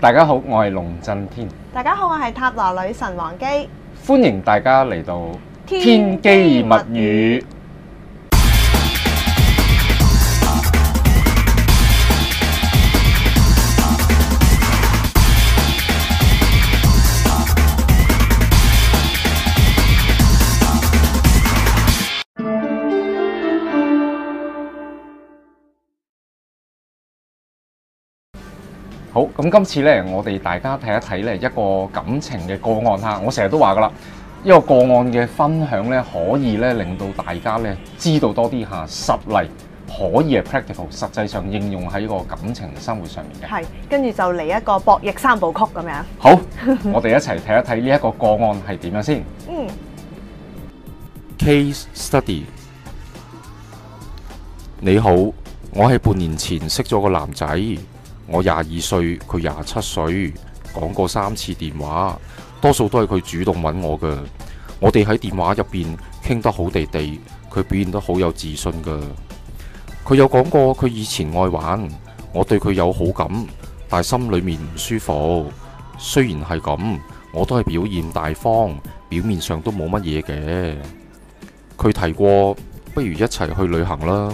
大家好，我係龍震天，大家好，我係塔羅女神王姬。歡迎大家嚟到天機密語。好，咁今次呢，我哋大家睇一睇呢一個感情嘅個案嚇。我成日都話噶啦，一個個案嘅分享呢，可以呢令到大家呢知道多啲嚇實例，可以係 practical，實際上應用喺個感情生活上面嘅。係，跟住就嚟一個博弈三部曲咁樣。好， 我哋一齊睇一睇呢一個個案係點樣先。嗯， Case Study。你好，我喺半年前識咗個男仔，我廿二歲，佢廿七歲，講過三次電話，多數都係佢主動揾我㗎。我哋喺電話入邊傾得好地地，佢表現得好有自信㗎。佢有講過佢以前愛玩，我對佢有好感，但係心裡面唔舒服。雖然係咁，我都係表現大方，表面上都冇乜嘢嘅。佢提過，不如一齊去旅行啦。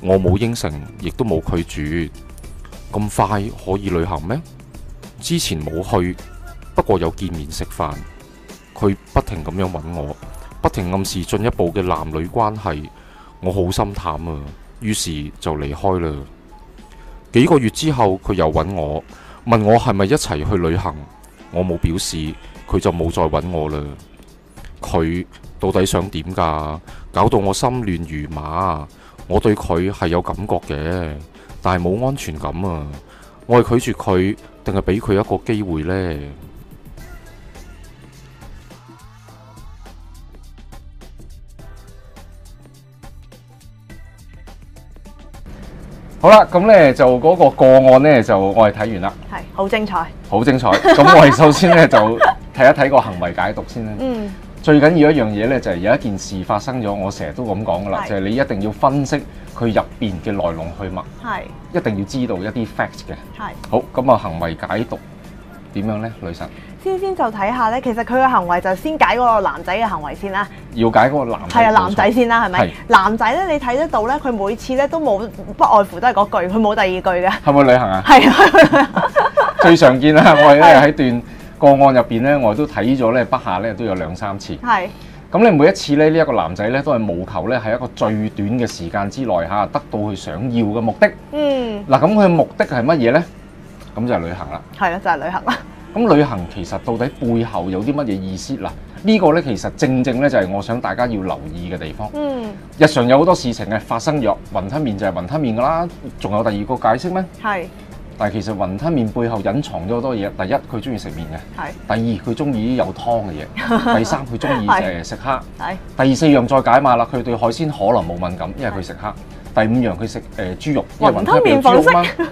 我冇應承，亦都冇拒絕。咁快可以旅行咩？之前冇去，不過有見面食飯。佢不停咁樣揾我，不停暗示進一步嘅男女關係。我好心淡啊，於是就離開啦。幾個月之後，佢又揾我，問我係咪一齊去旅行。我冇表示，佢就冇再揾我啦。佢到底想點㗎？搞到我心亂如麻。我對佢係有感覺嘅，但係冇安全感啊！我係拒絕佢，定係俾佢一個機會呢？好啦，咁呢就嗰個個案呢，就我哋睇完啦，係，好精彩。好精彩。咁我哋首先呢，就睇一睇個行為解讀先啦。嗯，最緊要一樣嘢呢，就係有一件事發生咗，我成日都咁講噶啦，係就係你一定要分析佢入邊嘅來龍去脈，係，一定要知道一啲 fact 嘅。係。好，咁啊行為解讀點樣呢？女神先先就睇下咧，其實佢嘅行為就先解嗰個男仔嘅行為先啦。要解嗰個男係啊，嘅男仔因素先啦，係咪係？男仔咧，你睇得到咧，佢每次咧都冇不外乎都係嗰句，佢冇第二句 嘅。係咪旅行啊？係啊，最常見 啦，我哋咧喺段個案入邊呢，我都睇咗呢，不下呢都有兩三次。係，咁你每一次咧，呢、一個男仔呢，都係務求呢，喺一個最短嘅時間之內嚇得到佢想要嘅目的。嗯，嗱，咁佢嘅目的係乜嘢呢？咁就係旅行啦。係啦，就係旅行啦。咁旅行其實到底背後有啲乜嘢意思嗱？呢個呢，其實正正呢，就係我想大家要留意嘅地方。嗯，日常有好多事情係發生咗，雲吞麵就係雲吞麵㗎啦，仲有第二個解釋咩？係，但係其實雲吞麵背後隱藏咗好多嘢。第一，佢中意食麵嘅；係，第二，佢中意有湯嘅嘢；第三，佢中意係誒食蝦；係，第四樣再解碼啦，佢對海鮮可能冇敏感，因為佢食蝦；第五樣佢食誒豬肉，因為雲吞麵有豬肉嘛。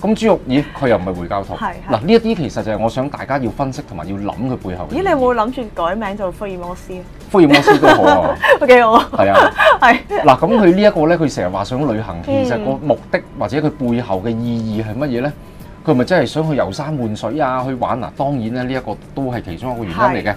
咁豬肉，咦，佢又唔係回教徒。係係嗱，呢一啲其實就係我想大家要分析同埋要諗佢背後嘅咦，意義。你有冇諗住改名做福爾摩斯啊？ 福爾摩斯都好啊，幾好啊，係啊。係。嗱，咁佢呢一個咧，佢成日話想旅行，其實嗯個目的或者佢背後嘅意義係乜嘢咧？佢係咪真係想去遊山玩水啊，去玩啊？當然咧，呢、一個都係其中一個原因嚟嘅。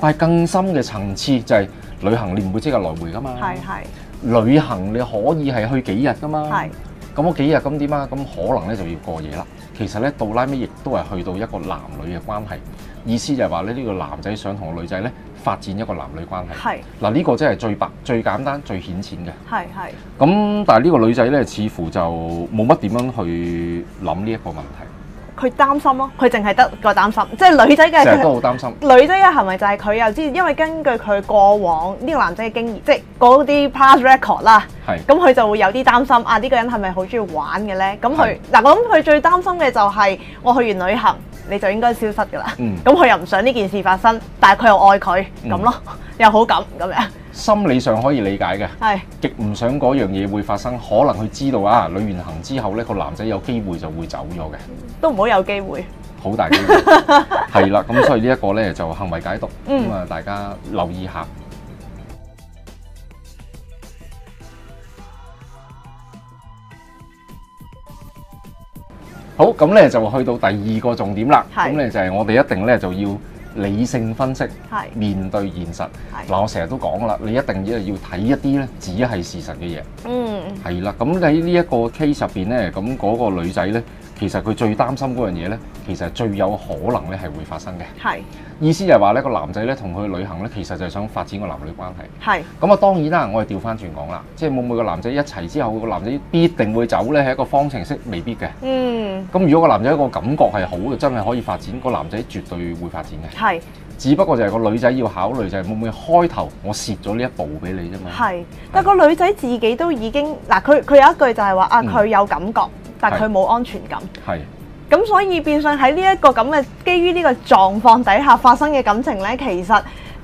但係更深嘅層次就係、旅行，你唔會即刻來回噶嘛。係係旅行你可以係去幾日噶嘛。係咁我幾日咁點啊？咁可能咧就要過夜啦。其實咧，到拉尾亦都係去到一個男女嘅關係，意思就係話咧，呢、個男仔想同個女仔咧發展一個男女關係。係嗱，呢個真係最白、最簡單、最顯淺嘅。係係咁但係呢個女仔咧，似乎就冇乜點樣去諗呢一個問題，佢擔心咯，佢淨係得個擔心，即係女仔成日都嘅好擔心。 女仔嘅行為就係佢又知，因為根據佢過往呢個男仔嘅經驗，即係嗰啲 past record 啦，係咁佢就會有啲擔心啊，呢個人係咪好中意玩嘅咧？咁佢係嗱，我諗佢最擔心嘅就係我去完旅行你就應該消失㗎啦，嗯咁佢又唔想呢件事發生，但係佢又愛佢嗯咁咯， 又好感咁樣，心理上可以理解嘅，係極唔想嗰樣嘢會發生。可能佢知道啊，旅完行之後咧，個男仔有機會就會走咗嘅，都唔好有機會，好大機會。係啦，咁所以呢一個咧就行為解讀，嗯咁啊大家留意下。好，咁咧就去到第二個重點啦。係咁咧就係我哋一定咧就要理性分析，係面對現實。係，嗱，我成日都講啦，你一定要要睇一啲咧只係事實嘅嘢。嗯係啦，咁喺呢一個 case 入邊咧，咁嗰個女仔咧，其實佢最擔心嗰樣嘢咧，其實係最有可能咧係會發生嘅。係意思就係話咧，個男仔咧同佢去旅行咧，其實就係想發展個男女關係。係咁啊，當然啦，我哋調翻轉講啦，即係每每個男仔一齊之後，個男仔必定會走咧，係一個方程式，未必嘅。嗯咁如果個男仔個感覺係好嘅，真係可以發展，個男仔絕對會發展嘅。係只不過就係個女仔要考慮就係會唔會開頭我蝕咗呢一步俾你啫嘛。係，但個女仔自己都已經嗱，佢佢有一句就係話啊，嗯佢有感覺，但係佢冇安全感。係咁所以變相喺呢一個咁嘅基於呢個狀況底下發生嘅感情呢，其實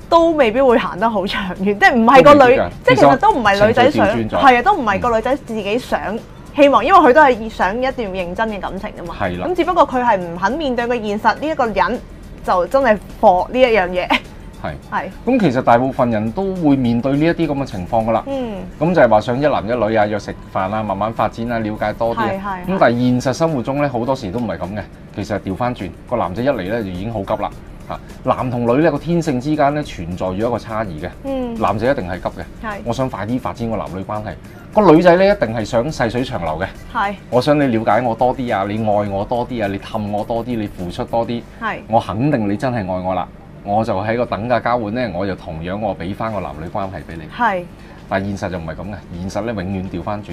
都未必會行得好長遠，即係唔係都個未女必㗎，即係其實都唔係女仔想，情緒調轉咗係啊，都唔係個女仔自己想希望，因為佢都係想一段認真嘅感情啊㗎嘛。係啦咁只不過佢係唔肯面對個現實，呢、一個人就真係貨呢一樣嘢， 係。係咁其實大部分人都會面對呢一啲咁嘅情況㗎啦。嗯咁就係話想一男一女啊，約食飯啊，慢慢發展啊，了解多啲係啊。係咁係但係現實生活中咧，好多時都唔係咁嘅。其實調翻轉，個男仔一嚟咧就已經好急啦。嚇，男同女咧個天性之間咧存在住一個差異嘅。嗯男仔一定係急嘅，係我想快啲發展個男女關係。個女仔咧一定係想細水長流嘅，係我想你了解我多啲啊，你愛我多啲啊，你氹我多啲，你付出多啲，係我肯定你真係愛我啦。我就喺個等價交換咧，我就同樣我俾翻個男女關係俾你。係但現實就唔係咁嘅，現實咧永遠調翻轉，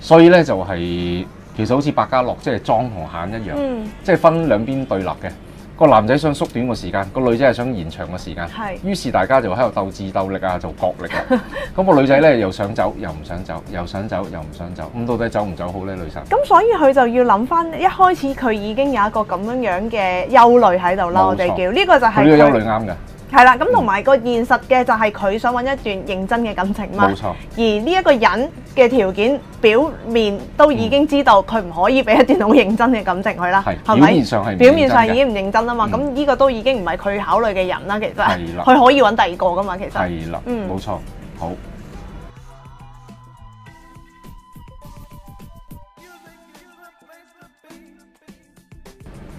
所以咧就係、其實好似百家樂即係莊同閒一樣，嗯即係分兩邊對立嘅。個男仔想縮短個時間，個女仔係想延長個時間，係於是大家就喺度鬥智鬥力啊，就角力 啊。咁個女仔咧又想走，又唔想走，又想走，又唔想走。咁到底走唔走好咧，女神？咁所以佢就要諗翻，一開始佢已經有一個咁樣樣嘅憂慮喺度啦。冇錯我哋叫呢個就佢呢個憂係慮嗯啱嘅，係啦。咁同埋個現實嘅就係佢想揾一段認真嘅感情嘛冇。錯，而呢一個人嘅條件表面都已經知道佢唔可以俾一段好認真嘅感情佢啦，係係表咪面？上係唔表面上認已真嘅經唔認真啦啊嘛。嗯咁呢個都已經唔係佢考慮嘅人啦，其係實啦佢可以揾第二個噶嘛，其實係啦，嗯冇錯，好。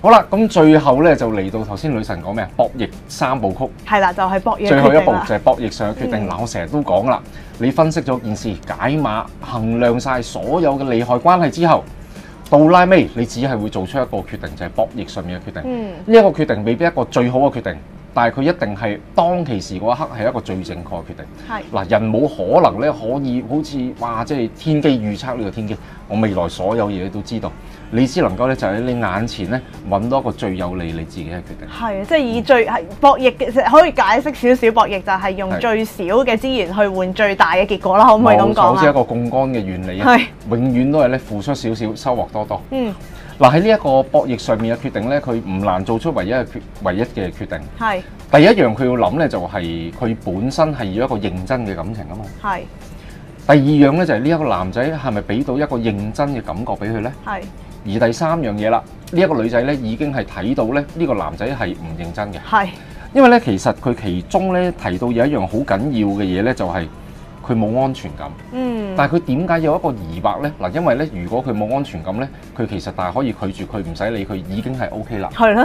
好啦，咁最後咧就嚟到頭先女神講咩啊？博弈三部曲，係啦，就係博嘢最後決一定步啦就。係博弈上嘅決定。嗯嗱、我成日都講啦，你分析咗件事，解碼衡量晒所有嘅利害關係之後，到拉尾你只係會做出一個決定，就係、博弈上面嘅決定。嗯呢一個決定未必一個最好嘅決定，但係佢一定係當其時嗰一刻係一個最正確嘅決定。係嗱，人冇可能咧可以好似哇，即係天機預測呢個天機，我未來所有嘢都知道，你只能夠咧就喺你眼前咧揾到一個最有利你自己嘅決定。係，即係以最係博弈嘅，其實可以解釋少少博弈就係用係最少嘅資源去換最大嘅結果啦，可唔可以咁冇錯好似一講啊個槓桿嘅原理啊啊？係，永遠都係咧付出少少，收穫多多。嗯，嗱喺呢一個博弈上面嘅決定咧，佢唔難做出唯一嘅決唯一嘅決定。係第一樣佢要諗咧就係佢本身係要一個認真嘅感情啊嘛。係第二樣咧就係呢一個男仔係咪俾到一個認真嘅感覺俾佢咧？係而第三樣嘢啦，呢、一個女仔咧已經係睇到咧呢個男仔係唔認真嘅，係因為咧其實佢其中咧提到有一樣好緊要嘅嘢咧，就係佢冇安全感。嗯但係佢點解有一個疑惑咧？嗱，因為咧如果佢冇安全感咧，佢其實但係可以拒絕佢，唔使理佢已經係 O K 啦。係咯，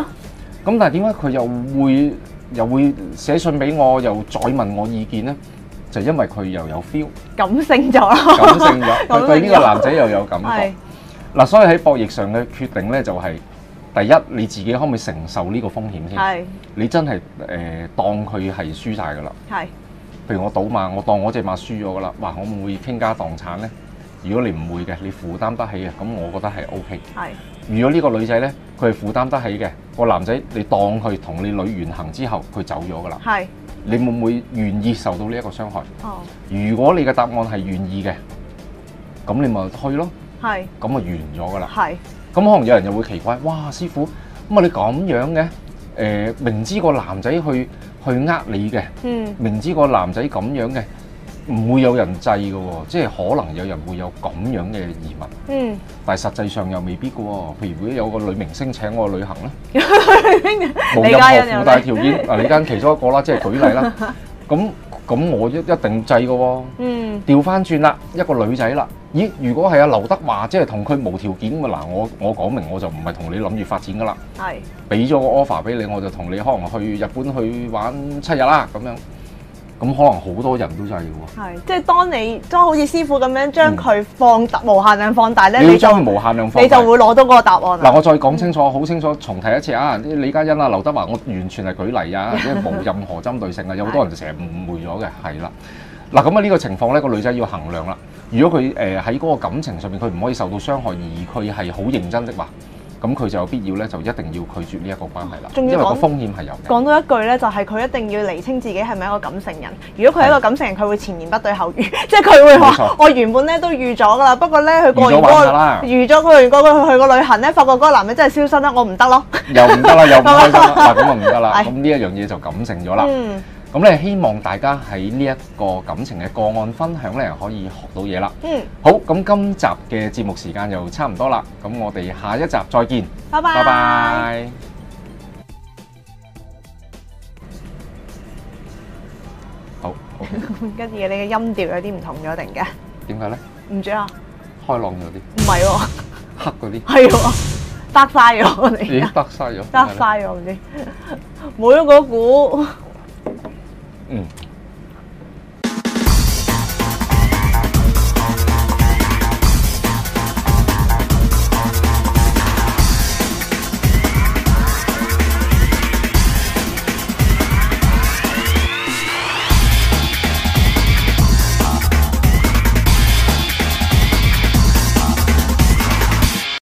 咁但係點解佢又會又會寫信俾我，又再問我意見咧？就因為佢又有 feel，感性咗啦，感性咗，佢對呢個男仔又有感覺 係。嗱，所以喺博弈上嘅決定咧，就係、第一你自己可唔可以承受呢個風險先？係你真係誒、呃、當佢係輸晒㗎啦。係譬如我賭馬，我當我只馬輸咗㗎啦，哇！我會唔會傾家蕩產咧？如果你唔會嘅，你負擔得起嘅，咁我覺得係 O K。係如果呢個女仔咧，佢係負擔得起嘅，個男仔你當佢同你女完行之後，佢走咗㗎啦，係你會唔會願意受到呢一個傷害？哦如果你嘅答案係願意嘅，咁你咪去咯，係咁咪完咗㗎啦。係咁可能有人又會奇怪，哇，師傅，咁啊你咁樣嘅，誒、明知個男仔去去呃你嘅，嗯明知個男仔咁樣嘅，唔會有人制嘅喎，即係可能有人會有咁樣嘅疑問， 嗯，但係實際上又未必嘅喎。譬如如果有個女明星請我去旅行咧，冇李任嘉欣何又附帶條件，嗱你間其中一個啦，即係舉例 啦。咁咁我一一定制嘅喎。嗯調翻轉啦，一個女仔啦，咦，如果係阿劉德華，即係同佢無條件咁啊！嗱，我我講明我就唔係同你諗住發展噶啦，係俾咗個 offer 俾你，我就同你可能去日本去玩七日啦咁樣。咁可能好多人都制嘅喎，係，即係當你當好似師傅咁樣將佢放大無限量放大咧，嗯你要你就將佢無限量放你就大會攞到嗰個答案嗱，啦。我再講清楚，好清楚，重提一次啊！啲李嘉欣啊、劉德華，我完全係舉例 啊，即係冇任何針對性啊，有好多人成日誤會咗嘅，係啦。嗱，咁啊呢個情況咧，個女仔要衡量啦。如果佢誒喺嗰個感情上面，佢唔可以受到傷害，而佢係好認真的話，咁佢就有必要咧，就一定要拒絕呢一個關係啦，仲因要為個講風險係有嘅。講到一句咧，就係佢一定要釐清自己係咪一個感性人。如果佢係一個感性人，佢會前言不對後語， 即係佢會冇錯話：我原本咧都預咗㗎啦，不過咧佢過完預咗玩下嗰啦個預咗佢完嗰個去個旅行咧，發覺嗰個男人真係消失啦，我唔得咯。又唔得啦，又唔開心 啦，嗱咁啊唔得啦，係咁呢一樣嘢就感性咗啦。嗯咁咧希望大家喺呢一個感情嘅個案分享咧，可以學到嘢啦。嗯，好，咁今集嘅節目時間又差唔多啦，咁我哋下一集再見，拜拜。拜拜。好，好 跟住你嘅音調有啲唔同咗，突然間，點解咧？唔知啊，開朗咗啲，唔係喎， 黑嗰啲，係喎，得晒咗我哋而咦家，得晒咗，得 點解咧晒咗唔知，冇咗嗰股嗯，